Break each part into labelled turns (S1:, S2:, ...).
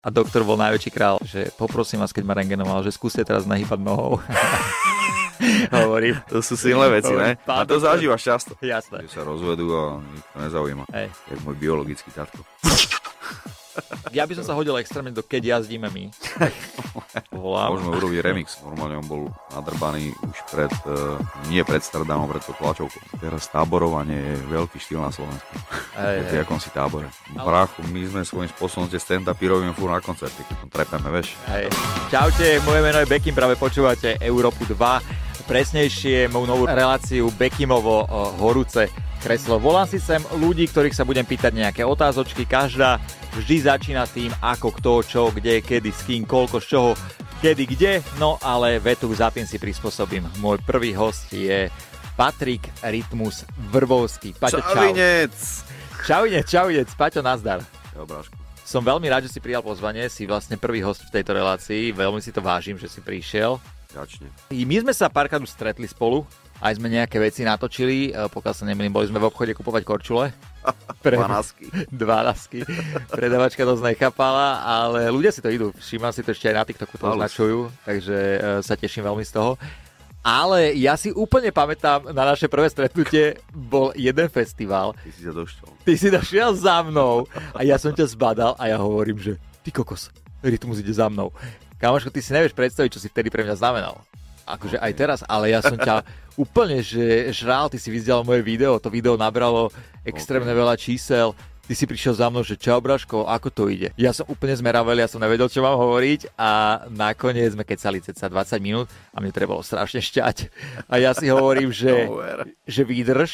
S1: A doktor bol najväčší král, že poprosím vás, keď ma rengenoval, že skúste teraz nahýpať nohou. Hovorím.
S2: To sú silné veci, ne?
S1: Dobre, pán
S2: A to
S1: doktor.
S2: zažívaš často.
S1: Jasné.
S2: Že sa rozvedú a nikto nezaujíma.
S1: Hej.
S2: Jak môj biologický tatko.
S1: Ja by som sa hodil extrémne do keď jazdíme my. Volám.
S2: Môžeme urobiť remix. Normálne on bol nadrbaný už pred, eh, nie pred Stardamom, pred to tlačovkou. Teraz táborovanie je veľký štýl na Slovensku.
S1: Hej,
S2: Hey,
S1: hej.
S2: v jakom si tábore. Bráchu, my sme svojím spôsobom tie stand-upírovým fúr na koncerte, keď tam trepeme, veš.
S1: Hej. Čaute, moje meno je Bekim, práve počúvate Európu 2. Presnejšie moju novú reláciu Bekimovo o, horúce kreslo. Volám si sem ľudí, ktorých sa budem pýtať nejaké otázočky. Každá vždy začína tým, ako kto, čo, kde, kedy, s kým, koľko, z čoho, kedy, kde. No ale vetu za tým si prispôsobím. Môj prvý host je Patrik Rytmus Vrbovský. Paťo, čau.
S2: Čavinec!
S1: Čaujec, čaujec. Paťo, nazdar.
S2: Čau, brášku.
S1: Som veľmi rád, že si prijal pozvanie, si vlastne prvý host v tejto relácii, veľmi si to vážim, že si prišiel.
S2: Ďačne.
S1: I my sme sa párkrát už stretli spolu, aj sme nejaké veci natočili, e, pokiaľ sa nemýlim, boli sme v obchode kupovať korčule. Pre...
S2: Panásky.
S1: Dvanásky. Predavačka dosť nechápala, ale ľudia si to idú. Všimám si to ešte aj na TikToku to
S2: Halus.
S1: označujú, takže e, sa teším veľmi z toho. Ale ja si úplne pamätám, na naše prvé stretnutie bol jeden festival
S2: Ty si sa došťol.
S1: ty si došiel za mnou a ja som ťa zbadal a ja hovorím, že ty kokos, rytmus ide za mnou. Kamoško, ty si nevieš predstaviť, čo si vtedy pre mňa znamenal. Akože aj teraz, ale ja som ťa úplne, že žrál, ty si vyzdel moje video, to video nabralo extrémne veľa čísel, ty si prišiel za mnou, že čau Braško, ako to ide? Ja som úplne zmeravel, ja som nevedel, čo mám hovoriť a nakoniec sme kecali ceca 20 minút a mne trebalo strašne šťať. A ja si hovorím, že,
S2: No ver.
S1: že vydrž,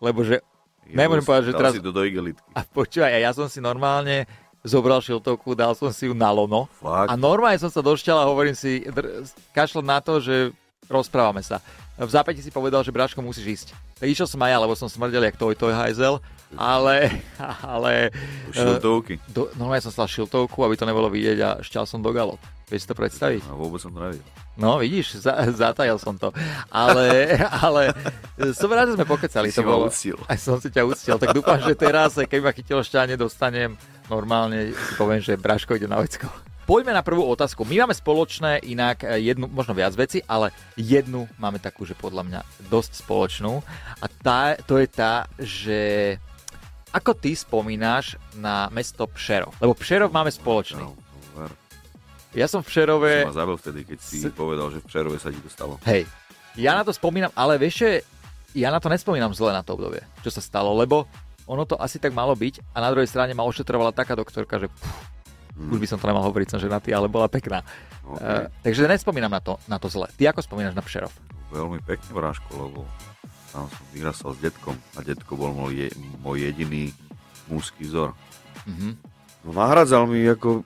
S1: lebo že nemôžem povedať, že
S2: Dal
S1: teraz
S2: si to do igelitky.
S1: a počúvaj, a ja som si normálne zobral šiltovku, dal som si ju na lono.
S2: Fakt.
S1: A normálne som sa došťal a hovorím si, dr- kašlom na to, že rozprávame sa. V zápäti si povedal, že Braško musíš ísť. Tak išiel som aj ja, lebo som smrdel jak toj toj hajzel, ale, ale e,
S2: Šiltovky.
S1: do, normálne som stal šiltovku, aby to nebolo vidieť a šťal som do galop. Vieš si to predstaviť?
S2: A vôbec som to nevedel.
S1: No vidíš, za, zatajal som to. Ale, ale e, som rád, že sme pokecali.
S2: Ty si
S1: to
S2: ma
S1: bolo,
S2: uctil.
S1: Aj som si ťa uctil, tak dúfam, že teraz, aj keď ma chytilo šťanie, dostanem normálne, si poviem, že Braško ide na vecko. Poďme na prvú otázku. My máme spoločné inak eh, jednu, možno viac veci, ale jednu máme takú, že podľa mňa dosť spoločnú. A tá, to je tá, že ako ty spomínaš na mesto Pšerov? Lebo Pšerov máme spoločný.
S2: Čau, ver.
S1: Ja som v
S2: Si
S1: Pšerove...
S2: ma zabil vtedy, keď si
S1: S-
S2: povedal, že v Přerove sa ti to stalo.
S1: Hej, ja na to spomínam, ale vieš, že ja na to nespomínam zle na to obdobie, čo sa stalo, lebo ono to asi tak malo byť a na druhej strane ma ošetrovala taká doktorka, že pff, už by som to nemal hovoriť, som ženatý, ale bola pekná.
S2: Okay.
S1: Okay. takže nespomínam na to, na to zle. Ty ako spomínaš na Pšerov?
S2: Veľmi pekne, Bráško, lebo tam som vyrastal s detkom a detko bol môj, je- môj jediný mužský vzor.
S1: Mhm.
S2: No nahradzal mi ako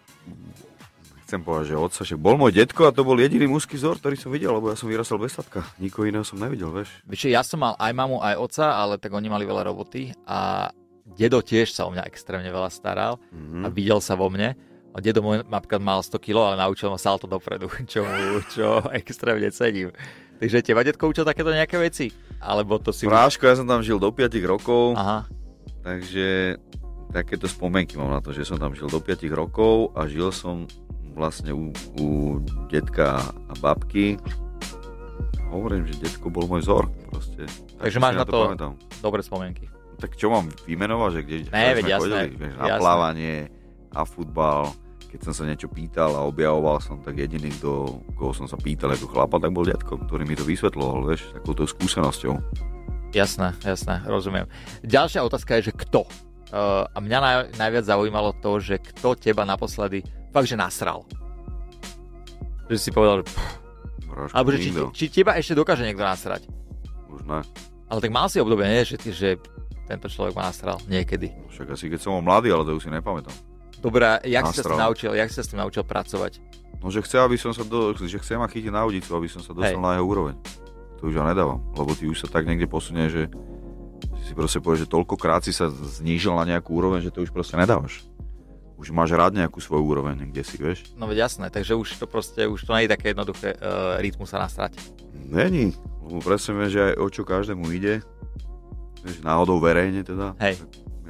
S2: chcem povedať, že otca, však bol môj detko a to bol jediný mužský vzor, ktorý som videl, lebo ja som vyrastal bez tatka. Nikoho iného som nevidel, vieš.
S1: Vieš, ja som mal aj mamu, aj oca, ale tak oni mali veľa roboty a dedo tiež sa o mňa extrémne veľa staral a
S2: Mhm.
S1: videl sa vo mne. A dedo môj napríklad mal 100 kg, ale naučil ma salto dopredu, čo, mu, čo extrémne cením. Takže teba detko učil takéto nejaké veci? Alebo to si...
S2: Bráško, ja som tam žil do 5 rokov,
S1: Aha,
S2: takže takéto spomienky mám na to, že som tam žil do 5 rokov a žil som vlastne u, u detka a babky. Hovorím, že detko bol môj vzor, proste.
S1: Takže
S2: si
S1: máš na to-
S2: pamätám.
S1: dobre spomienky.
S2: tak čo mám vymenovať, že kde
S1: Ne,
S2: kde
S1: veď jasné,
S2: vieš, na
S1: jasné.
S2: plávanie, na futbal, keď som sa niečo pýtal a objavoval som, tak jediný, kto, koho som sa pýtal ako chlapa, tak bol detko, ktorý mi to vysvetloval, vieš, takouto skúsenosťou.
S1: Jasné, jasné, rozumiem. Ďalšia otázka je, že kto? Uh, a mňa naj, najviac zaujímalo to, že kto teba naposledy fakt, že nasral. Že si povedal, že... Pff,
S2: Bráško,
S1: alebo že či,
S2: nikto,
S1: či teba ešte dokáže niekto nasrať.
S2: už ne.
S1: Ale tak mal si obdobie, nie? Že, ty, že tento človek ma nasral niekedy.
S2: Však asi keď som bol mladý, ale to už si nepamätám.
S1: Dobrá, jak si sa s tým
S2: Nastral.
S1: naučil, jak si sa s tým naučil pracovať?
S2: No, že chce, aby som sa do, že chce ma chytiť na udicu, aby som sa dostal
S1: Hej.
S2: na jeho úroveň. To už ja nedávam, lebo ty už sa tak niekde posunieš, že si proste povieš, že toľkokrát si sa znížil na nejakú úroveň, že to už proste nedávaš. Už máš rád nejakú svoju úroveň, kde si, vieš?
S1: No veď jasné, takže už to proste, už to nie je také jednoduché uh, rytmu sa nasrať.
S2: Není, lebo presne vieš, že aj o čo každému ide, vieš, náhodou verejne teda,
S1: Hej.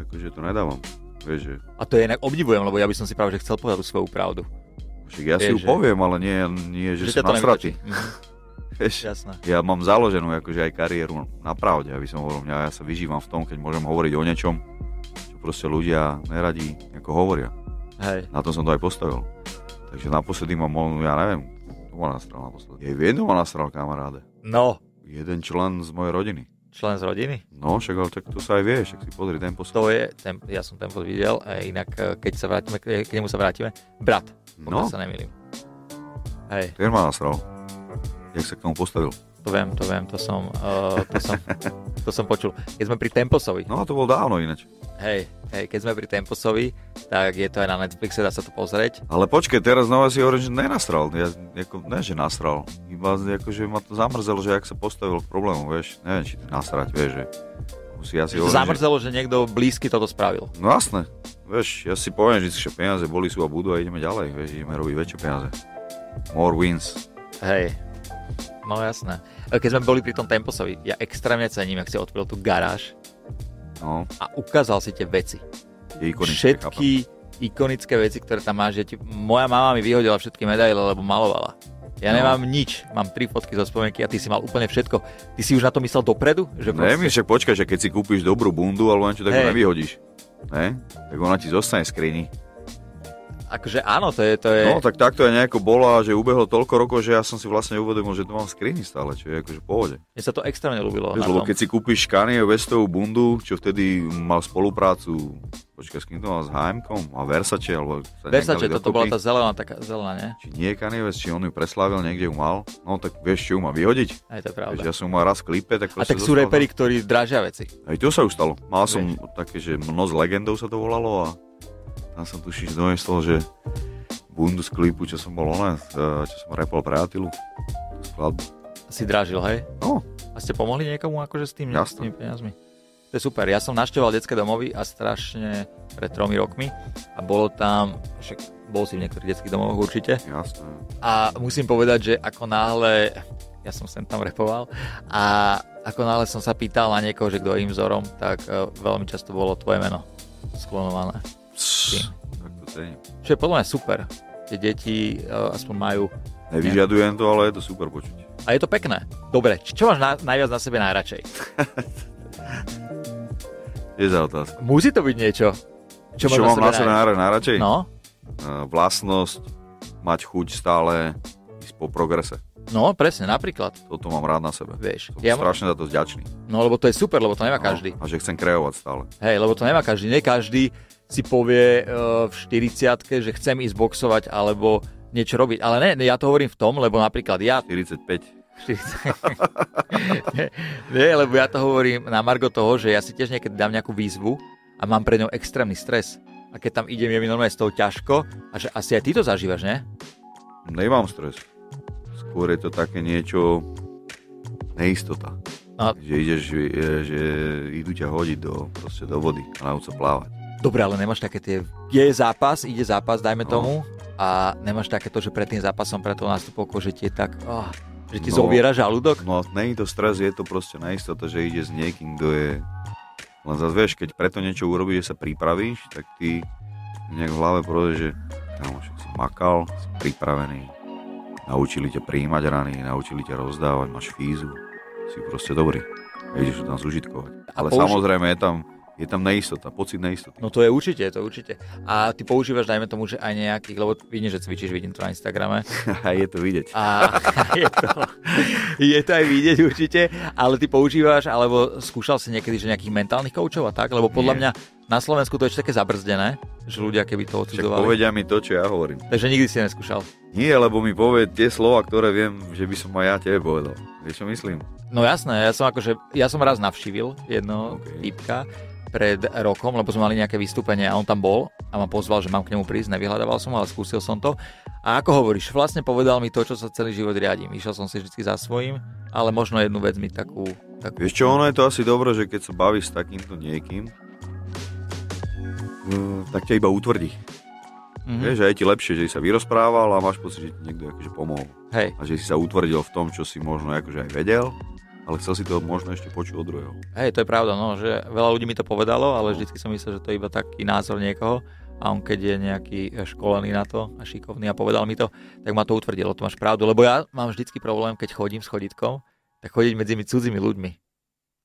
S2: akože to nedávam. Vieš, že...
S1: A to je inak obdivujem, lebo ja by som si práve že chcel povedať tú svoju pravdu.
S2: Však ja si
S1: Vieš,
S2: ju
S1: že-
S2: poviem, ale nie, nie že, že
S1: ťa
S2: som
S1: nevytočí.
S2: nasratý.
S1: Mhm,
S2: Vieš,
S1: Jasné.
S2: ja mám založenú akože aj kariéru na pravde, aby som hovoril, mňa, ja sa vyžívam v tom, keď môžem hovoriť o niečom, čo proste ľudia neradi ako hovoria.
S1: Hej.
S2: Na tom som to aj postavil. Takže naposledy mám, on- ja neviem, kto ma nasral naposledy. Je jedno ma nasral, kamaráde.
S1: No,
S2: Jeden člen z mojej rodiny.
S1: člen z rodiny.
S2: No, však ale tak to sa aj vie, však si pozri ten
S1: To
S2: posled.
S1: je, ten, ja som ten bod videl, a inak e, keď sa vrátime, k, k nemu sa vrátime. Brat,
S2: No,
S1: pokiaľ sa nemýlim. Hej,
S2: ten ma nasral. Jak sa k tomu postavil.
S1: to viem, to viem, to som, uh, to som, to som počul. Keď sme pri Temposovi,
S2: No a to bol dávno ináč.
S1: hej, hej, keď sme pri Temposovi, tak je to aj na Netflixe, dá sa to pozrieť.
S2: Ale počkej, teraz znova si hovorím, že nenasral. Ja, ako, ne, že nasral. Iba ako, že ma to zamrzelo, že ak sa postavil k problému, vieš. Neviem, či to nasrať, vieš, že musí asi
S1: To
S2: hovoriť, že...
S1: zamrzelo, že niekto blízky toto spravil.
S2: No jasné. Vieš, ja si poviem vždy, že peniaze boli, sú a budú a ideme ďalej. Vieš, ideme robiť väčšie peniaze. More wins.
S1: Hej, no jasné. E, Keď sme boli pri tom Temposovi, ja extrémne cením, ak si otvoril tú garáž
S2: No,
S1: a ukázal si tie veci.
S2: je ikonické.
S1: všetky ikonické veci, ktoré tam máš. Ja ti, moja mama mi vyhodila všetky medaile, lebo malovala. Ja
S2: No.
S1: nemám nič, mám tri fotky zo spomienky a ty si mal úplne všetko. Ty si už na to myslel dopredu? Že
S2: Ne, mi však počkaj, že keď si kúpiš dobrú bundu alebo niečo, tak hey.
S1: Hej.
S2: ju nevyhodíš. Ne? Tak ona ti zostane v skrini.
S1: Akože áno, to je... To je
S2: No, tak takto ja nejako bola, že ubehlo toľko rokov, že ja som si vlastne uvedomil, že to mám v skrini stále, čo je akože v pohode.
S1: Mne sa to extrémne ľúbilo.
S2: Vieš,
S1: na
S2: lebo
S1: tom.
S2: keď si kúpiš Kanye Westovú bundu, čo vtedy mal spoluprácu, počkaj, s kým to mal, s HM-kom a Versace, alebo sa
S1: Versace,
S2: nechali
S1: toto
S2: dokopy.
S1: bola tá zelená, taká zelená, nie?
S2: Či nie Kanye West, či on ju preslávil, niekde ju mal, no tak vieš, čo ju má vyhodiť?
S1: Aj to je
S2: Vieš,
S1: pravda.
S2: ja som ju mal raz v klipe, tak
S1: A tak sú
S2: dostal-
S1: reperi, ktorí dražia veci.
S2: Aj to sa už stalo. Mal som také, že mnoz legendou sa to volalo a tam som tuším, že donesol, že bundu z klipu, čo som bol onen, eh, čo som repol pre Atilu. tú Skladbu.
S1: Si dražil, hej?
S2: No,
S1: A ste pomohli niekomu akože s tým, s
S2: Jasné.
S1: tými peniazmi? To je super. Ja som našťoval detské domovy a strašne pred tromi rokmi a bolo tam, však bol si v niektorých detských domovoch určite
S2: jasné.
S1: a musím povedať, že ako náhle ja som sem tam repoval a ako náhle som sa pýtal na niekoho, že kto je im vzorom, tak eh, veľmi často bolo tvoje meno sklonované.
S2: Pss, tak to cením.
S1: Čo je podľa mňa super. Tie deti eh, aspoň majú
S2: Nevyžadujem to, ale je to super počuť.
S1: a je to pekné. Dobre, č- čo máš na, najviac na sebe najradšej?
S2: Je za otázka.
S1: Musí to byť niečo. Čo, máš
S2: mám na
S1: sebe
S2: sebe najra- najradšej?
S1: No,
S2: Eh, Vlastnosť, mať chuť stále ísť po progrese.
S1: no presne, napríklad,
S2: Toto mám rád na sebe.
S1: vieš.
S2: Som
S1: Ja,
S2: strašne za to vďačný.
S1: no lebo to je super, lebo to nemá každý.
S2: No, a že chcem kreovať stále.
S1: Hej, lebo to nemá každý. Nie každý si povie e, v 40 že chcem ísť boxovať alebo niečo robiť. Ale ne, ne, ja to hovorím v tom, lebo napríklad ja...
S2: 45.
S1: 40... nie, nie, lebo ja to hovorím na margo toho, že ja si tiež niekedy dám nejakú výzvu a mám pre ňou extrémny stres. A keď tam idem, je mi normálne z toho ťažko a že asi aj ty to zažívaš, ne?
S2: Nemám stres. Skôr je to také niečo neistota.
S1: A-
S2: Že ideš, že, že idú ťa hodiť do, proste do vody a nauč sa plávať.
S1: Dobre, ale nemáš také tie... Je zápas, ide zápas, dajme
S2: No.
S1: tomu. A nemáš také to, že pred tým zápasom, pred tou nástupovkou, že ti je tak... Oh, že ti
S2: No.
S1: zoviera žalúdok?
S2: No a není to stres, je to proste neistota, že ide s niekým, kto je... Len zase vieš, keď preto niečo urobíš, že sa pripravíš, tak ty nejak v hlave prode, že tam už si makal, si pripravený, naučili ťa prijímať rany, naučili ťa rozdávať, máš fízu, si proste dobrý a ideš to tam zužitkovať.
S1: A
S2: Ale
S1: použi-
S2: samozrejme je tam, je tam neistota, pocit neistoty.
S1: No to je určite, to je určite. A ty používaš, dajme tomu, že aj nejakých, lebo vidím, že cvičíš, vidím to na Instagrame.
S2: A je to vidieť.
S1: A je to, je to aj vidieť určite, ale ty používaš, alebo skúšal si niekedy, že nejakých mentálnych koučov a tak, lebo podľa
S2: Nie.
S1: mňa na Slovensku to je ešte také zabrzdené, že ľudia keby to
S2: Však
S1: odsudzovali.
S2: povedia mi to, čo ja hovorím.
S1: Takže nikdy si neskúšal.
S2: Nie, lebo mi povie tie slova, ktoré viem, že by som aj ja tebe povedal. Vieš, čo myslím?
S1: No jasné, ja som akože, ja som raz navštívil jedno
S2: Ok.
S1: okay. typka pred rokom, lebo sme mali nejaké vystúpenie a on tam bol a ma pozval, že mám k nemu prísť, nevyhľadával som ho, ale skúsil som to. A ako hovoríš, vlastne povedal mi to, čo sa celý život riadím. Išiel som si vždy za svojím, ale možno jednu vec mi takú... takú...
S2: Vieš čo, ono je to asi dobré, že keď sa bavíš s takýmto niekým, mm, tak ťa iba utvrdí.
S1: Mhm.
S2: Vieš, že je ti lepšie, že si sa vyrozprával a máš pocit, že ti niekto akože pomohol.
S1: Hej,
S2: A že si sa utvrdil v tom, čo si možno akože aj vedel ale chcel si to možno ešte počuť od druhého.
S1: Hej, to je pravda, no, že veľa ľudí mi to povedalo, ale vždycky som myslel, že to je iba taký názor niekoho a on keď je nejaký eh, školený na to a šikovný a povedal mi to, tak ma to utvrdilo, to máš pravdu, lebo ja mám vždycky problém, keď chodím s chodítkom, tak chodiť medzi cudzími ľuďmi.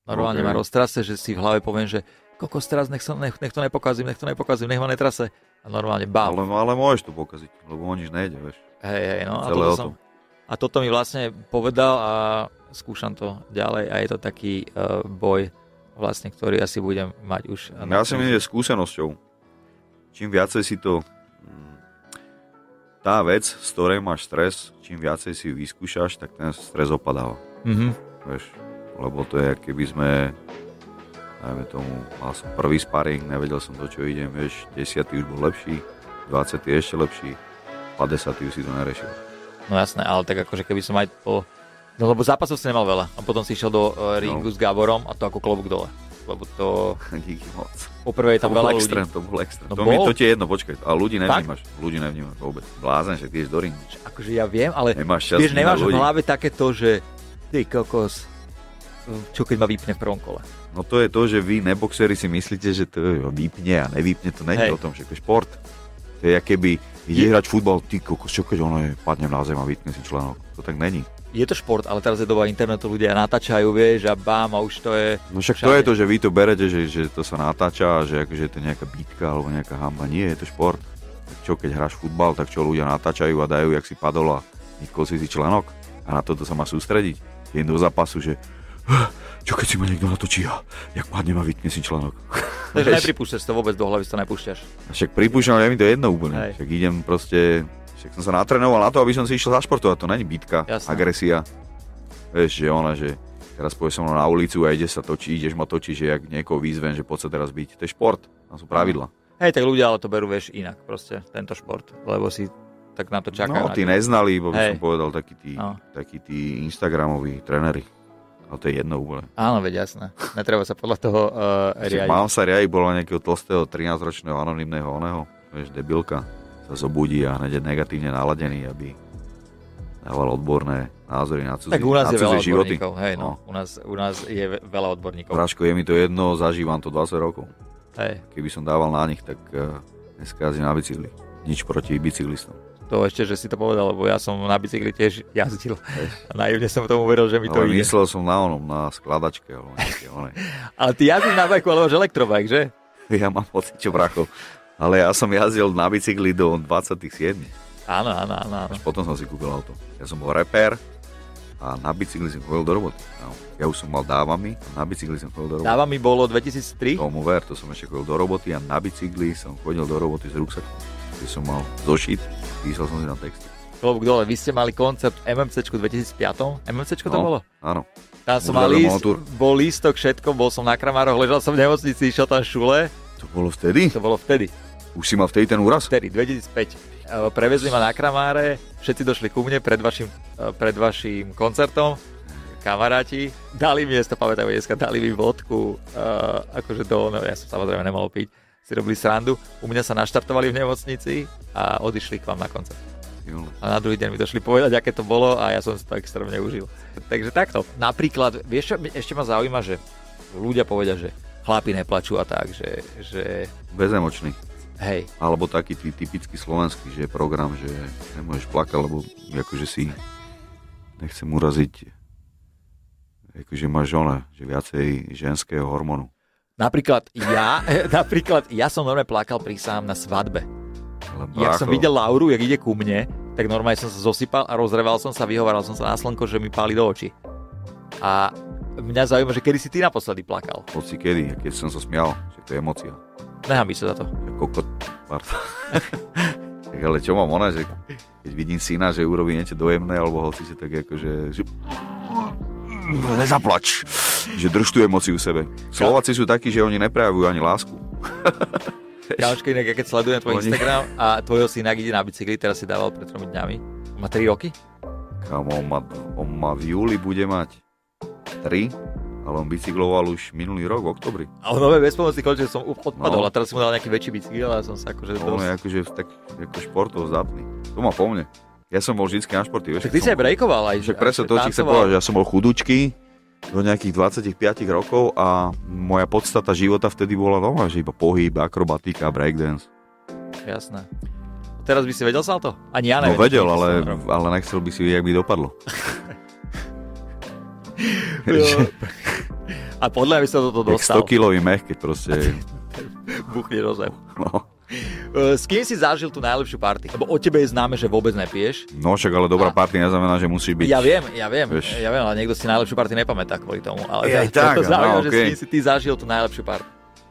S1: Normálne
S2: Ok.
S1: ma roztrase, že si v hlave poviem, že kokos teraz nech, som, nech, nech to nepokazím, nech to nepokazím, nech ma netrase. A normálne bam.
S2: Ale, ale môžeš to pokaziť, lebo o nič nejde, vieš.
S1: Hej, hej, no. A
S2: Celé
S1: toto,
S2: o
S1: som,
S2: tom.
S1: a toto mi vlastne povedal a skúšam to ďalej a je to taký uh, boj vlastne, ktorý asi budem mať už.
S2: Ja si myslím, že skúsenosťou. Čím viacej si to... mm, Tá vec, z ktorej máš stres, čím viacej si ju vyskúšaš, tak ten stres opadáva.
S1: Mhm.
S2: Vieš, lebo to je, keby sme, najmä tomu, mal som prvý sparing, nevedel som do čo idem, vieš, 10. už bol lepší, 20. ešte lepší, 50. už si to nerešil.
S1: No jasné, ale tak akože keby som aj po... No lebo zápasov si nemal veľa a potom si išiel do uh,
S2: No.
S1: ringu s Gáborom a to ako klobúk dole. Lebo to
S2: Díky moc.
S1: poprvé je
S2: To
S1: tam
S2: bol
S1: veľa ľudí.
S2: extrém, to bol extrém.
S1: No
S2: to, mi,
S1: bol.
S2: to ti je jedno, počkaj, a ľudí
S1: Tak?
S2: nevnímaš, ľudí nevnímaš vôbec. Blázen, však ty ideš do ringu.
S1: Akože ja viem, ale
S2: Nemáš čas
S1: vieš,
S2: vnímať
S1: nemáš v
S2: ľudí.
S1: hlave takéto, že ty kokos, čo keď ma vypne v prvom kole.
S2: No to je to, že vy neboxeri si myslíte, že to vypne a nevypne, to není
S1: Hej.
S2: o tom, že to je šport. To je, keby ide hrať futbal, ty kokos, čo keď ono je, padnem na zem a vypne si členok. To tak není.
S1: Je to šport, ale teraz je doba internetu, ľudia natáčajú, vieš, a bám, a už to je...
S2: No však to
S1: Všade.
S2: je to, že vy to berete, že, že to sa natáča, a že akože je to nejaká bitka alebo nejaká hamba. Nie, je to šport. Tak čo, keď hráš futbal, tak čo ľudia natáčajú a dajú, jak si padol a vytkol si si členok. A na toto sa má sústrediť. Je do zápasu, že "Ah, čo keď si ma niekto natočí a jak padnem a vytne si členok.
S1: Takže
S2: Vieš?
S1: nepripúšťaš to vôbec do hlavy, si to nepúšťaš.
S2: A Však pripúšťam, ale je mi to jedno úplne.
S1: Hej.
S2: Však idem proste, však som sa natrénoval na to, aby som si išiel zašportovať. To není bitka,
S1: Jasné.
S2: agresia. Vieš, že ona, že teraz pôjdeš so mnou na ulicu a ide sa točí, ideš ma točiť, že jak niekoho výzven, že poď sa teraz byť. To je šport, tam sú pravidla.
S1: Hej, tak ľudia ale to berú, vieš, inak proste, tento šport, lebo si tak na to čakajú.
S2: no,
S1: na
S2: tí
S1: to.
S2: neznali, bo by
S1: Hej.
S2: som povedal, takí tí,
S1: No.
S2: takí tí Instagramoví tréneri. Ale to je jedno úplne.
S1: Áno, veď jasné. Netreba sa podľa toho uh,
S2: Však
S1: riadiť.
S2: Mám sa riadiť, bola nejakého tlstého 13-ročného anonimného oného, vieš, debilka, sa zobudí a hneď je negatívne naladený, aby dával odborné názory na cudzie,
S1: Tak u nás
S2: na
S1: je veľa
S2: cudzie životy.
S1: odborníkov. Hej, no.
S2: No.
S1: U, nás, u nás je ve- veľa odborníkov.
S2: Vražko, je mi to jedno, zažívam to 20 rokov.
S1: Hej,
S2: Keby som dával na nich, tak eh, dneska jazdím na bicykli. Nič proti bicyklistom.
S1: to ešte, že si to povedal, lebo ja som na bicykli tiež jazdil. A naivne som tomu veril, že mi to
S2: Ale
S1: ide.
S2: No, myslel som na onom, na skladačke. Alebo nejaké, one.
S1: Ale ty jazdíš na bajku, alebo že elektrobajk, že?
S2: ja mám pocit, čo brachov. Ale ja som jazdil na bicykli do 27.
S1: Áno, áno, áno. áno.
S2: Až potom som si kúpil auto. Ja som bol reper a na bicykli som chodil do roboty. No, ja už som mal dávami a na bicykli som chodil do roboty.
S1: Dáva mi bolo 2003.
S2: Tomu ver, to som ešte chodil do roboty a na bicykli som chodil do roboty s ruksakom, kde som mal zošit, písal som si na texty.
S1: Klobúk dole, vy ste mali koncert MMCčku 2005. MMCčko to
S2: No.
S1: bolo?
S2: Áno.
S1: Tam som mal
S2: Muzeum
S1: líst,
S2: Motur.
S1: bol lístok, všetko, bol som na Kramároch, ležal som v nemocnici, išiel tam šule,
S2: To bolo vtedy?
S1: to bolo vtedy.
S2: Už si mal vtedy ten úraz?
S1: vtedy, 2005. Eh, Prevezli ma na Kramáre, všetci došli ku mne pred vašim, eh, pred vašim koncertom, kamaráti, dali mi, ja si to pamätám dneska, dali mi vodku, eh, akože do, no, ja som samozrejme nemohol piť, si robili srandu, u mňa sa naštartovali v nemocnici a odišli k vám na koncert.
S2: Ty vole.
S1: A na druhý deň mi došli povedať, aké to bolo a ja som si to extrémne užil. Takže takto. Napríklad, vieš čo, ešte ma zaujíma, že ľudia povedia, že chlapi neplačú a tak, že, že
S2: Bezemočný.
S1: hej,
S2: Alebo taký tý typický slovenský, že je program, že nemôžeš plakať, lebo akože si nechcem uraziť akože máš žona, že viacej ženského hormónu.
S1: Napríklad ja, napríklad ja som normálne plakal pri sám na svadbe.
S2: Lebo
S1: Jak
S2: ako-
S1: som videl Lauru, jak ide ku mne, tak normálne som sa zosypal a rozreval som sa, vyhovaral som sa na slnko, že mi páli do očí. A mňa zaujíma, že kedy si ty naposledy plakal.
S2: Hoci kedy, keď som sa smial, že to je emócia.
S1: Nehambíš sa za to.
S2: Že kokot, pardon. tak ale čo mám ona, že keď vidím syna, že urobí niečo dojemné, alebo hoci si tak akože... Že... No, Nezaplač! Že drž tú emóciu v sebe. Slováci sú takí, že oni neprejavujú ani lásku.
S1: Kámoška, inak ja keď sledujem tvoj
S2: Oni-
S1: Instagram a tvojho syna ide na bicykli, teraz si dával pred tromi dňami. Má 3 roky?
S2: Kámo, on má, on má v júli bude mať 3, ale on bicykloval už minulý rok, v oktobri.
S1: A on nové bezpomocný kľúč, že som u- odpadol
S2: No.
S1: a teraz som mu dal nejaký väčší bicykel a som sa akože...
S2: On je
S1: dosť-
S2: akože tak ako športov zdatný. To má po mne. Ja som bol vždycky na športy.
S1: Tak
S2: vieš,
S1: ty
S2: keď
S1: si
S2: som
S1: aj breakoval. Aj,
S2: Však
S1: aj
S2: presne to ti chcem
S1: tancoval.
S2: povedať, že ja som bol chudučký, do nejakých 25 rokov a moja podstata života vtedy bola nová, že iba pohyb, akrobatika, breakdance.
S1: Jasné. Teraz by si vedel sa to? Ani ja
S2: No
S1: neviem. čo
S2: vedel, ale,
S1: som robil.
S2: ale nechcel by si vedieť, jak by dopadlo.
S1: A podľa mňa by sa toto
S2: Jak
S1: dostal.
S2: 100 kilový mech, keď proste...
S1: Buchne do zem.
S2: No,
S1: E, S kým si zažil tú najlepšiu party? Lebo o tebe je známe, že vôbec nepiješ.
S2: no však ale dobrá
S1: A-
S2: party neznamená, že musí byť...
S1: Ja viem, ja viem,
S2: Vieš.
S1: ja viem, ale niekto si najlepšiu party nepamätá kvôli tomu. Ale
S2: Je aj
S1: to- to
S2: tak,
S1: zaujíma,
S2: aha,
S1: že s
S2: okej.
S1: kým si ty zažil tú najlepšiu party.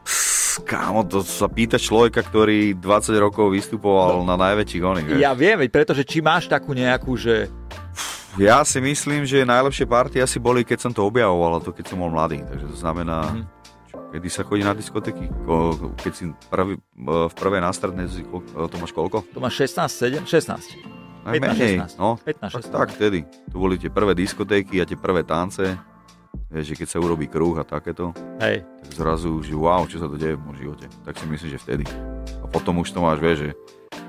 S2: Pss, Kámo, to sa pýta človeka, ktorý 20
S1: No.
S2: rokov vystupoval na najväčších oných. vieš.
S1: Ja viem, veď pretože či máš takú nejakú, že...
S2: Ja si myslím, že najlepšie party asi boli, keď som to objavoval, a to keď som bol mladý. Takže to znamená,
S1: Mhm.
S2: čo, kedy sa chodí na diskotéky. Ko- Keď si prvý, e, v prvej na strednej, si ko- to máš koľko?
S1: To máš 16, 7, 16. 15, 16.
S2: No,
S1: 15,
S2: tak,
S1: 16.
S2: tak, vtedy. To boli tie prvé diskotéky a tie prvé tance. Vieš, že keď sa urobí kruh a takéto,
S1: Hej.
S2: tak zrazu, že wow, čo sa to deje v môjom živote. Tak si myslím, že vtedy. A potom už to máš, vieš, že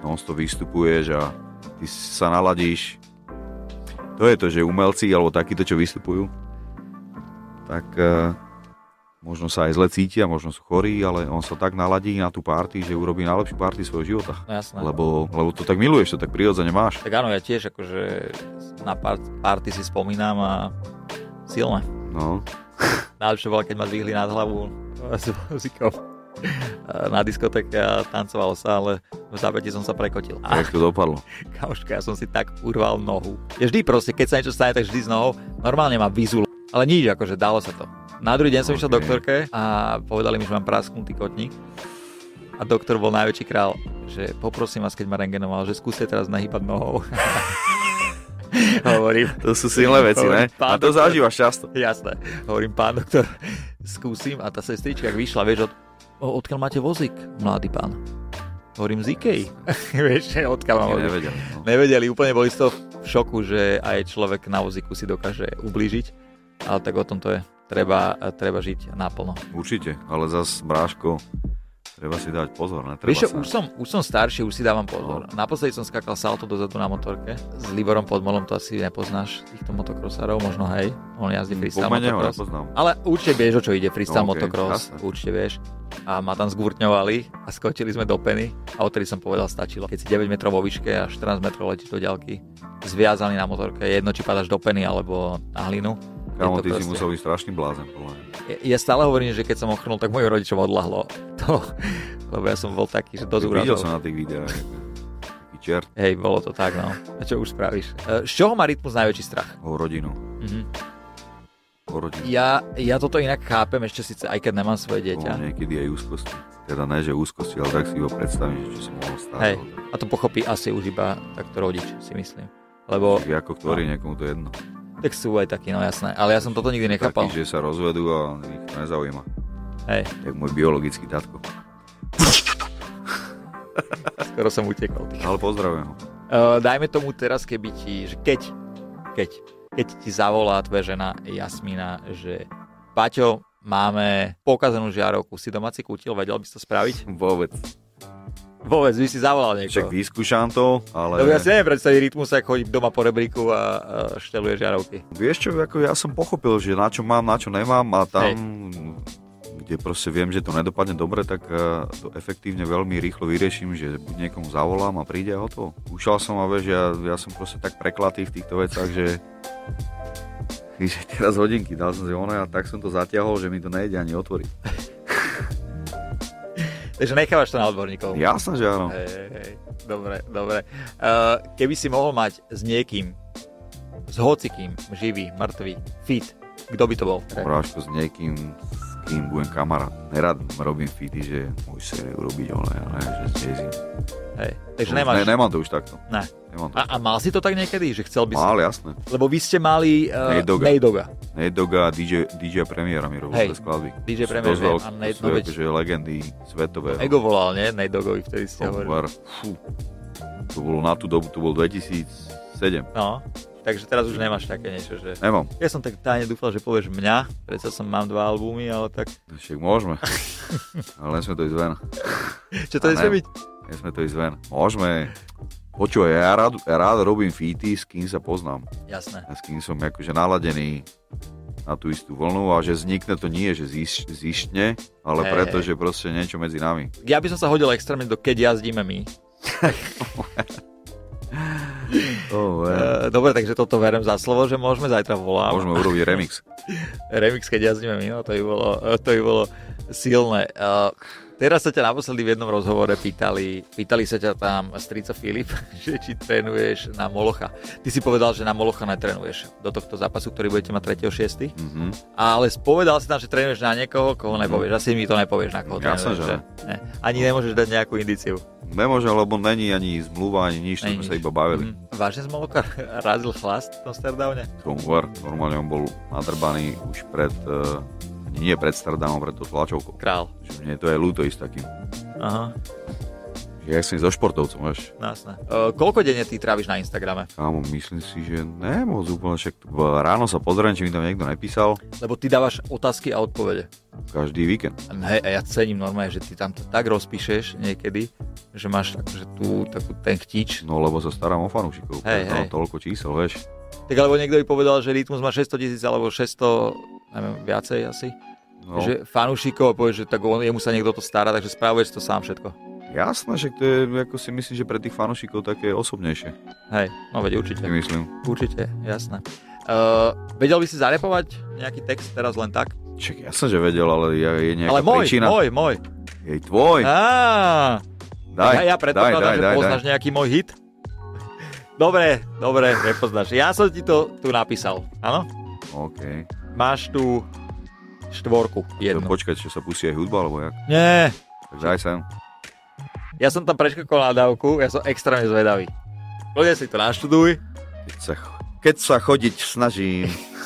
S2: non to vystupuješ a ty sa naladíš. To je to, že umelci alebo takíto, čo vystupujú, tak eh, možno sa aj zle cítia, možno sú chorí, ale on sa tak naladí na tú party, že urobí najlepšiu party svojho života.
S1: No jasné.
S2: Lebo, lebo to tak miluješ, to tak prirodzene máš.
S1: Tak áno, ja tiež akože na pár, party si spomínam a silné.
S2: No.
S1: Najlepšie bolo, keď ma zvihli nad hlavu s muzikou na diskotéke a tancovalo sa, ale v zápäti som sa prekotil. A
S2: A jak to dopadlo?
S1: kamoška, ja som si tak urval nohu. Je vždy proste, keď sa niečo stane, tak vždy s nohou. Normálne ma vyzulo. Ale nič, akože dalo sa to. Na druhý deň som išiel
S2: Ok.
S1: doktorke a povedali mi, že mám prasknutý kotník. A doktor bol najväčší král, že poprosím vás, keď ma rengenoval, že skúste teraz nahýbať nohou. Hovorím,
S2: To sú silné veci, ne? A to zažívaš často.
S1: Jasné. Hovorím, pán doktor, skúsim. A tá sestrička, ak vyšla, vieš, od, o, odkiaľ máte vozík, mladý pán? Hovorím, z Ikei. vieš, že odkiaľ mám vozík.
S2: Nevedel. No.
S1: Nevedeli, úplne boli z toho v šoku, že aj človek na vozíku si dokáže ublížiť. Ale tak o tom to je. Treba, treba žiť naplno.
S2: Určite, ale zas, Bráško, treba si dať pozor, ne? Treba
S1: Vieš, čo,
S2: sa...
S1: už som, už som starší, už si dávam pozor. Naposledy som skákal salto dozadu na motorke. S Liborom Podmolom to asi nepoznáš, týchto motokrosárov, možno hej. On jazdí
S2: Hm,
S1: freestyle
S2: Pomene ho
S1: motocross.
S2: nepoznám.
S1: Ale určite vieš, o čo ide freestyle no,
S2: No, okej,
S1: motocross,
S2: jasné.
S1: určite vieš. A ma tam zgurtňovali a skočili sme do peny a odtedy som povedal, stačilo. Keď si 9 metrov vo výške a 14 metrov letíš do ďalky, zviazaný na motorke, je jedno či padáš do peny alebo na hlinu. Je
S2: Kámo,
S1: to
S2: ty si
S1: proste-
S2: musel byť strašný blázen, podľa mňa.
S1: Ja, ja stále hovorím, že keď som ochrnul, tak mojim rodičom odlahlo. To, lebo ja som bol taký, že dosť
S2: Videl
S1: urazil.
S2: som na tých videách. ako Taký čert,
S1: Hej, bolo to tak, no. A čo už spravíš? E, Z čoho má rytmus najväčší strach?
S2: o rodinu.
S1: Mhm.
S2: O rodinu.
S1: Ja, ja toto inak chápem ešte síce, aj keď nemám svoje
S2: To mám
S1: dieťa.
S2: niekedy aj úzkosti. Teda ne, že úzkosti, ale tak si ho predstavím, že čo som mohol stáť.
S1: Hej. A to pochopí asi už iba takto rodič, si myslím. Lebo
S2: Tak Ako
S1: no.
S2: ktorý, niekomu to jedno.
S1: tak sú aj takí, no jasné. Ale ja som toto nikdy nechápal.
S2: Taký, že sa rozvedú a ich to nezaujíma.
S1: Hej,
S2: Jak môj biologický tatko.
S1: skoro som utekol. ty.
S2: Ale pozdravujem ho.
S1: Uh, dajme tomu teraz, keby ti, že keď, keď, keď ti zavolá tvoja žena Jasmina, že Paťo, máme pokazenú žiarovku, si doma si kútil, vedel by si to spraviť?
S2: Vôbec.
S1: Vôbec by si zavolal
S2: Však
S1: niekoho.
S2: vyskúšam to, ale...
S1: Lebo No, ja si neviem predstaviť rytmus, ako chodí doma po rebríku a uh, šteluje žiarovky.
S2: Vieš čo, ako ja som pochopil, že na čo mám, na čo nemám a tam,
S1: Hej.
S2: kde proste viem, že to nedopadne dobre, tak eh, to efektívne veľmi rýchlo vyriešim, že buď niekomu zavolám a príde a hotovo. Ušal som a vieš, ja, ja som proste tak preklatý v týchto veciach, že že teraz hodinky, dal som si ono a tak som to zatiahol, že mi to nejde ani otvoriť.
S1: Takže nechávaš to na odborníkov.
S2: Jasné, že áno.
S1: Hej, hej, hej. Dobre, dobre. Uh, keby si mohol mať s niekým, s hocikým, živý, mŕtvý, fit, kto by to bol?
S2: Porážku s niekým, s kým budem kamarát. Nerad robím fity, že môj série urobiť ono, ja ne, že zjezím.
S1: Hej. Takže
S2: To už
S1: nemáš...
S2: Ne, nemám to už takto.
S1: Ne.
S2: Nemám to.
S1: A, a mal si to tak niekedy, že chcel by si...
S2: Ale jasné.
S1: Lebo vy ste mali uh,
S2: Nate Dogga.
S1: Nejdoga.
S2: Nedoga a DJ, DJ Premiéra mi robil
S1: Hej,
S2: tie skladby.
S1: DJ
S2: To sú
S1: Premiér,
S2: dosť
S1: viem,
S2: veľké-
S1: a Nate-
S2: to sú
S1: no veď-
S2: akože legendy svetové.
S1: Ego volal, nie? Nejdogovi vtedy
S2: No,
S1: ste hovorili.
S2: Software. Fú. To bolo na tú dobu, to bol 2007.
S1: No, takže teraz už nemáš také niečo, že...
S2: Nemám,
S1: Ja som tak tajne dúfal, že povieš mňa, predsa som mám dva albumy, ale tak...
S2: však môžeme. Ale nesme to ísť ven.
S1: Čo to
S2: A
S1: nesmie
S2: ne.
S1: byť?
S2: Nesme to ísť ven. Môžeme. Počuj, ja rád, ja rád robím feety, s kým sa poznám.
S1: Jasné.
S2: A s kým som akože naladený. na tú istú vlnu a že vznikne to nie, že ziš, zišne, ale
S1: Hej,
S2: preto,
S1: hej.
S2: že proste niečo medzi nami.
S1: Ja by som sa hodil extrémne do keď jazdíme my.
S2: Oh,
S1: Eh, Dobre, takže toto verem za slovo, že môžeme zajtra volať.
S2: Môžeme urobiť remix.
S1: Remix, keď jazdíme my, no to by bolo, eh, to by bolo silné. Eh, Teraz sa ťa naposledy v jednom rozhovore pýtali, pýtali sa ťa tam strico Filip, že či trénuješ na Molocha. Ty si povedal, že na Molocha netrénuješ do tohto zápasu, ktorý budete mať 3.6.
S2: Mhm.
S1: Ale spovedal si tam, že trénuješ na niekoho, koho nepovieš. Asi mi to nepovieš, na koho
S2: Jasné,
S1: trénuješ.
S2: že
S1: že? Ne. Ani nemôžeš dať nejakú indiciu.
S2: Nemôže, lebo není ani zmluva, ani nič, to
S1: Není
S2: sme sa
S1: nič.
S2: iba
S1: Mm.
S2: bavili.
S1: Vážne z Moloka razil chlast v Amsterdamne?
S2: Trumvar, normálne on bol nadrbaný už pred, uh, nie pred Stardamom, pred tou tlačovkou.
S1: Král.
S2: Že mne to je ľúto ísť takým.
S1: Aha,
S2: Že ja som so športovcom, vieš.
S1: no jasné. E, koľko denne ty tráviš na Instagrame?
S2: Kámo, myslím si, že nemoc úplne, však ráno sa pozriem, či mi tam niekto napísal,
S1: Lebo ty dávaš otázky a odpovede.
S2: každý víkend.
S1: Hej, a ja cením normálne, že ty tam to tak rozpíšeš niekedy, že máš tak, že tú, takú ten chtič.
S2: No lebo sa starám o fanúšikov,
S1: Hej,
S2: preto mám
S1: hej.
S2: toľko čísel, vieš.
S1: Tak alebo niekto by povedal, že Rytmus má 600 tisíc alebo 600, neviem, viacej asi.
S2: No,
S1: No. Že fanúšikov a povieš, že tak on, jemu sa niekto to stará, takže spravuješ to sám všetko.
S2: Jasné, že to je, ako si myslím, že pre tých fanúšikov také osobnejšie,
S1: Hej, no veď určite,
S2: si myslím.
S1: určite, jasné. Uh, vedel by si zarepovať nejaký text teraz len tak?
S2: Čak jasné, že vedel, ale je, je nejaká
S1: Ale môj,
S2: príčina.
S1: môj, môj.
S2: Jej tvoj,
S1: Á,
S2: daj,
S1: ja, ja predpokladám,
S2: daj,
S1: že
S2: daj,
S1: poznáš
S2: daj.
S1: nejaký môj hit. Dobre, dobre, nepoznáš. Ja som ti to tu napísal, áno?
S2: OK.
S1: Máš tu štvorku,
S2: Jedno.
S1: jednu.
S2: Počkať, čo sa pustí aj hudba, alebo jak?
S1: Nie,
S2: Tak daj sem.
S1: ja som tam preškakol na dávku, ja som extrémne zvedavý. Ľudia si to naštuduj.
S2: Keď sa, ch- keď sa chodiť snažím.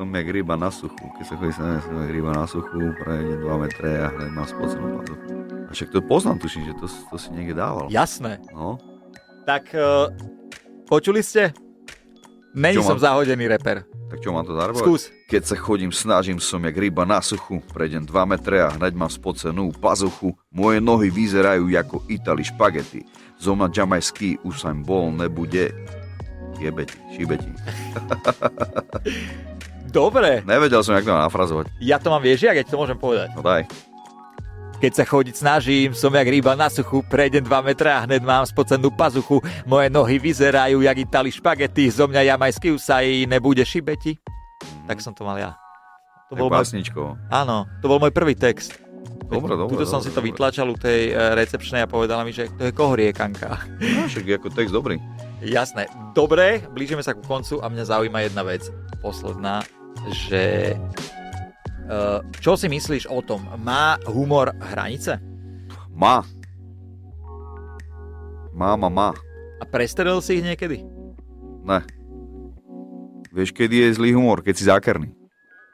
S2: Som jak ryba na suchu. Keď sa chodí snažím, som jak ryba na suchu. Prejde 2 metre a hneď mám spocenú pazuchu. A však to poznám, tuším, že to, to si niekde dával.
S1: Jasné.
S2: No,
S1: Tak e, počuli ste? Není som
S2: Čo mám?
S1: zahodený reper.
S2: tak čo mám to zarepovať?
S1: Skús.
S2: Keď sa chodím, snažím som jak ryba na suchu. Prejdem 2 metre a hneď mám spocenú pazuchu. Moje nohy vyzerajú ako Itali špagety. Zo mňa jamajský Usain Bolt nebude. Jebeti, šibeti.
S1: Dobre,
S2: Nevedel som, jak to mám nafrazovať.
S1: ja to mám vieš, jak ja ti to môžem povedať.
S2: No daj.
S1: Keď sa chodiť snažím, som jak ryba na suchu, prejdem 2 metra a hned mám spocenú pazuchu. Moje nohy vyzerajú jak itali špagety, zo mňa jamajský usaj, nebude šibeti. Tak som to mal ja. To
S2: To
S1: bol môj,
S2: básničkou.
S1: áno, to bol môj prvý text.
S2: Dobre, dobre,
S1: Tuto som
S2: dobre,
S1: si to
S2: dobre.
S1: vytlačal u tej e, recepčnej a povedala mi, že to je kohriekanka.
S2: No, však je ako text dobrý.
S1: Jasné. Dobre, blížime sa ku koncu a mňa zaujíma jedna vec, posledná, že e, čo si myslíš o tom? Má humor hranice?
S2: Má. Má, má, má.
S1: A prestrelil si ich niekedy?
S2: Ne. Vieš, kedy je zlý humor? Keď si zákerný.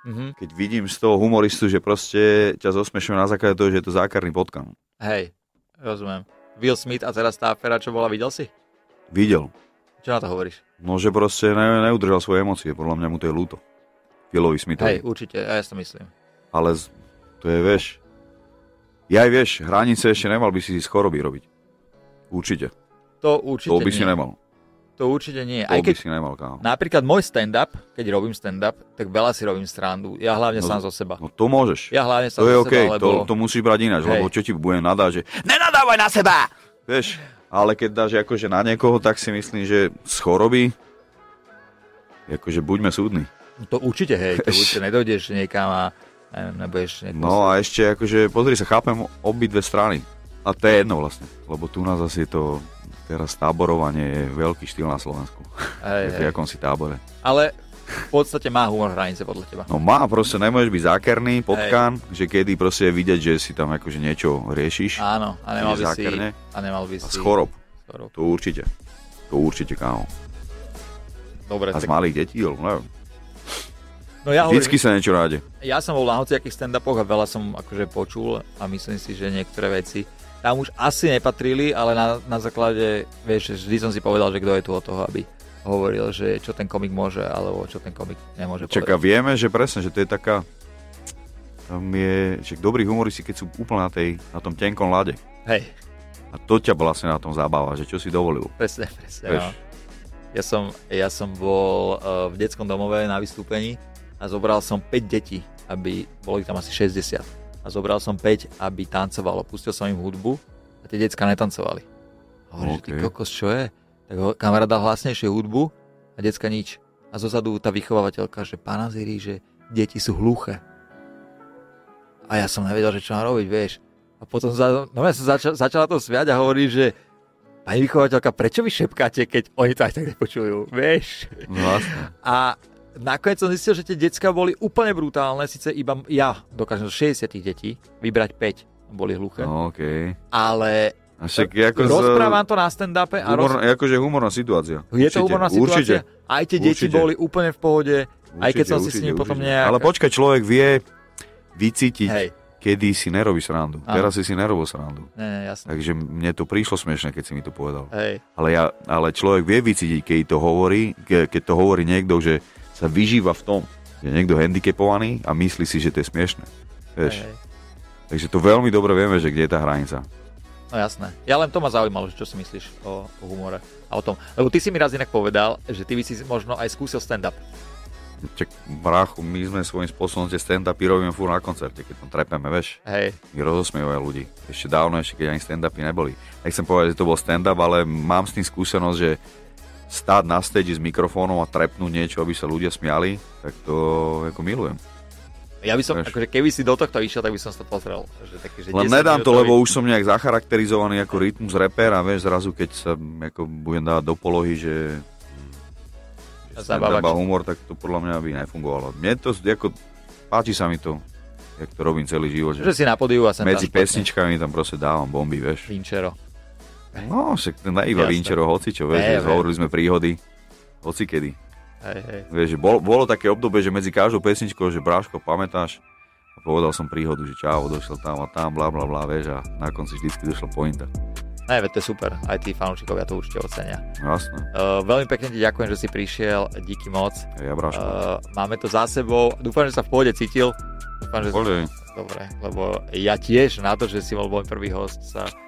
S1: Mhm.
S2: Keď vidím z toho humoristu, že proste ťa zosmešujú na základe toho, že je to zákerný potkan.
S1: Hej, rozumiem. Will Smith a teraz tá afera, čo bola, videl si?
S2: Videl.
S1: Čo na to hovoríš?
S2: No, že proste ne, neudržal svoje emócie. Podľa mňa mu to je ľúto. Filovi
S1: Hej,
S2: Smithovi.
S1: určite, ja si to myslím.
S2: Ale z, to je, vieš... Ja aj vieš, hranice ešte nemal by si z choroby robiť. Určite.
S1: To určite
S2: to by
S1: nie.
S2: si nemal.
S1: To určite nie. Aj
S2: To by
S1: keď
S2: si nemal, kámo.
S1: napríklad môj stand-up, keď robím stand-up, tak veľa si robím strandu. Ja hlavne
S2: No,
S1: sám zo seba.
S2: No to môžeš.
S1: Ja hlavne sám
S2: To je
S1: zo
S2: OK,
S1: seba,
S2: to,
S1: lebo...
S2: to musíš brať ináč,
S1: Hej.
S2: lebo čo ti bude nadať, že nenadávaj na seba! Vieš, ale keď dáš akože na niekoho, tak si myslím, že z choroby, akože buďme súdni.
S1: No To určite, hej, to určite nedojdeš niekam a neviem, nebudeš nejakú...
S2: No a ešte akože, pozri sa, chápem obidve strany. A to je jedno vlastne, lebo tu nás asi to teraz táborovanie je veľký štýl na Slovensku.
S1: hej,
S2: V
S1: hej.
S2: jakom si tábore.
S1: Ale v podstate má humor hranice podľa teba.
S2: No má, proste nemôžeš byť zákerný, potkan, že kedy proste je vidieť, že si tam akože niečo riešiš.
S1: Áno, a nemal
S2: Čiže
S1: by si...
S2: zákerne?
S1: A nemal by
S2: A
S1: si...
S2: z chorob,
S1: chorob.
S2: to určite. To určite, kámo.
S1: Dobre,
S2: A z
S1: tak...
S2: malých detí, lebo neviem.
S1: No ja hovorím,
S2: Vždycky sa niečo ráde.
S1: ja som bol na hociakých stand-upoch a veľa som akože počul a myslím si, že niektoré veci tam už asi nepatrili, ale na, na základe, vieš, vždy som si povedal, že kto je tu od toho, aby hovoril, že čo ten komik môže, alebo čo ten komik nemôže
S2: Čaká,
S1: povedať.
S2: vieme, že presne, že to je taká... Tam je, že dobrí humoristi, keď sú úplne na, tej, na tom tenkom lade.
S1: Hej,
S2: A to ťa vlastne na tom zabáva, že čo si dovolil.
S1: presne, presne.
S2: Vieš.
S1: No. Ja som, ja som bol eh, v detskom domove na vystúpení a zobral som 5 detí, aby, boli tam asi 60, a zobral som 5, aby tancovalo. Pustil som im hudbu a tie decka netancovali. Hovorím, okay. že ty
S2: OK.
S1: kokos, čo je? Tak ho kamarát dal hlasnejšie hudbu a decka nič. A zozadu tá vychovávateľka, že pán Aziri, že deti sú hluché. A ja som nevedel, že čo mám robiť, vieš. A potom za, no ja som začal, začala to smiať a hovorí, že pani vychovateľka, prečo vy šepkáte, keď oni to aj tak nepočujú, vieš?
S2: No jasné.
S1: A nakoniec som zistil, že tie decka boli úplne brutálne, síce iba ja dokážem z 60 detí vybrať 5 boli hluché, no.
S2: No okej.
S1: ale
S2: A však ako z-
S1: rozprávam to na stand-upe a roz...
S2: humorná, akože humorná situácia.
S1: je to humorná situácia.
S2: Určite,
S1: Aj tie deti
S2: Určite.
S1: boli úplne v pohode,
S2: určite,
S1: aj keď som si
S2: určite,
S1: s nimi potom
S2: určite.
S1: nejak...
S2: Ale počkaj, človek vie vycítiť,
S1: Hej,
S2: kedy si nerobí srandu.
S1: Áno.
S2: Teraz si si nerobil srandu.
S1: ne, ne, jasné.
S2: Takže mne to prišlo smiešne, keď si mi to povedal.
S1: Hej,
S2: Ale, ja, ale človek vie vycítiť, keď to hovorí, ke, keď to hovorí niekto, že sa vyžíva v tom, že je niekto handicapovaný a myslí si, že to je smiešne. Vieš,
S1: hej.
S2: takže to veľmi dobre vieme, že kde je tá hranica.
S1: No jasné. Ja len to ma zaujímalo, že čo si myslíš o, o humore a o tom. Lebo ty si mi raz inak povedal, že ty by si možno aj skúsil stand-up.
S2: Čak, bráchu, my sme svojím spôsobom tie stand-upy robíme furt na koncerte, keď tam trepeme, vieš.
S1: Hej,
S2: My rozosmievajú ľudí. Ešte dávno, ešte keď ani stand-upy neboli. Nechcem povedať, že to bol stand-up, ale mám s tým skúsenosť, že stáť na stage s mikrofónom a trepnúť niečo, aby sa ľudia smiali, tak to ako milujem.
S1: ja by som,
S2: Vieš.
S1: akože keby si do tohto išiel, tak by som si to pozrel. Že taký, že
S2: Len
S1: 10
S2: nedám to,
S1: minútový-
S2: lebo už som nejak zacharakterizovaný ako rytmus repera, vieš, zrazu keď sa m, ako budem dávať do polohy, že že
S1: Zabávač.
S2: stand-up a humor, tak to podľa mňa by nefungovalo. Mne to, ako, páči sa mi to, jak to robím celý život, že
S1: Že si na podiu a sem
S2: medzi
S1: tam špatne.
S2: pesničkami tam proste dávam bomby, vieš.
S1: Vinčero.
S2: No, však to na iba
S1: Jasné.
S2: Vinčero, hocičo, vieš,
S1: Hej,
S2: že
S1: hej.
S2: hovorili sme príhody, hoci kedy.
S1: Hej, hej.
S2: Vieš, že bolo, bolo také obdobie, že medzi každou pesničkou, že Bráško, pamätáš? A povedal som príhodu, že čau, došiel tam a tam, bla bla bla, vieš, a na konci vždycky došla pointa.
S1: Ne, No veď to je super. Aj tí fanúšikovia to určite ocenia.
S2: No, jasné,
S1: Uh, veľmi pekne ti ďakujem, že si prišiel. Díky moc.
S2: Hej, ja Bráško.
S1: Uh, máme to za sebou. Dúfam, že sa v pôde cítil. Dúfam, že...
S2: Boli,
S1: Dobre, lebo ja tiež na to, že si bol môj prvý host, sa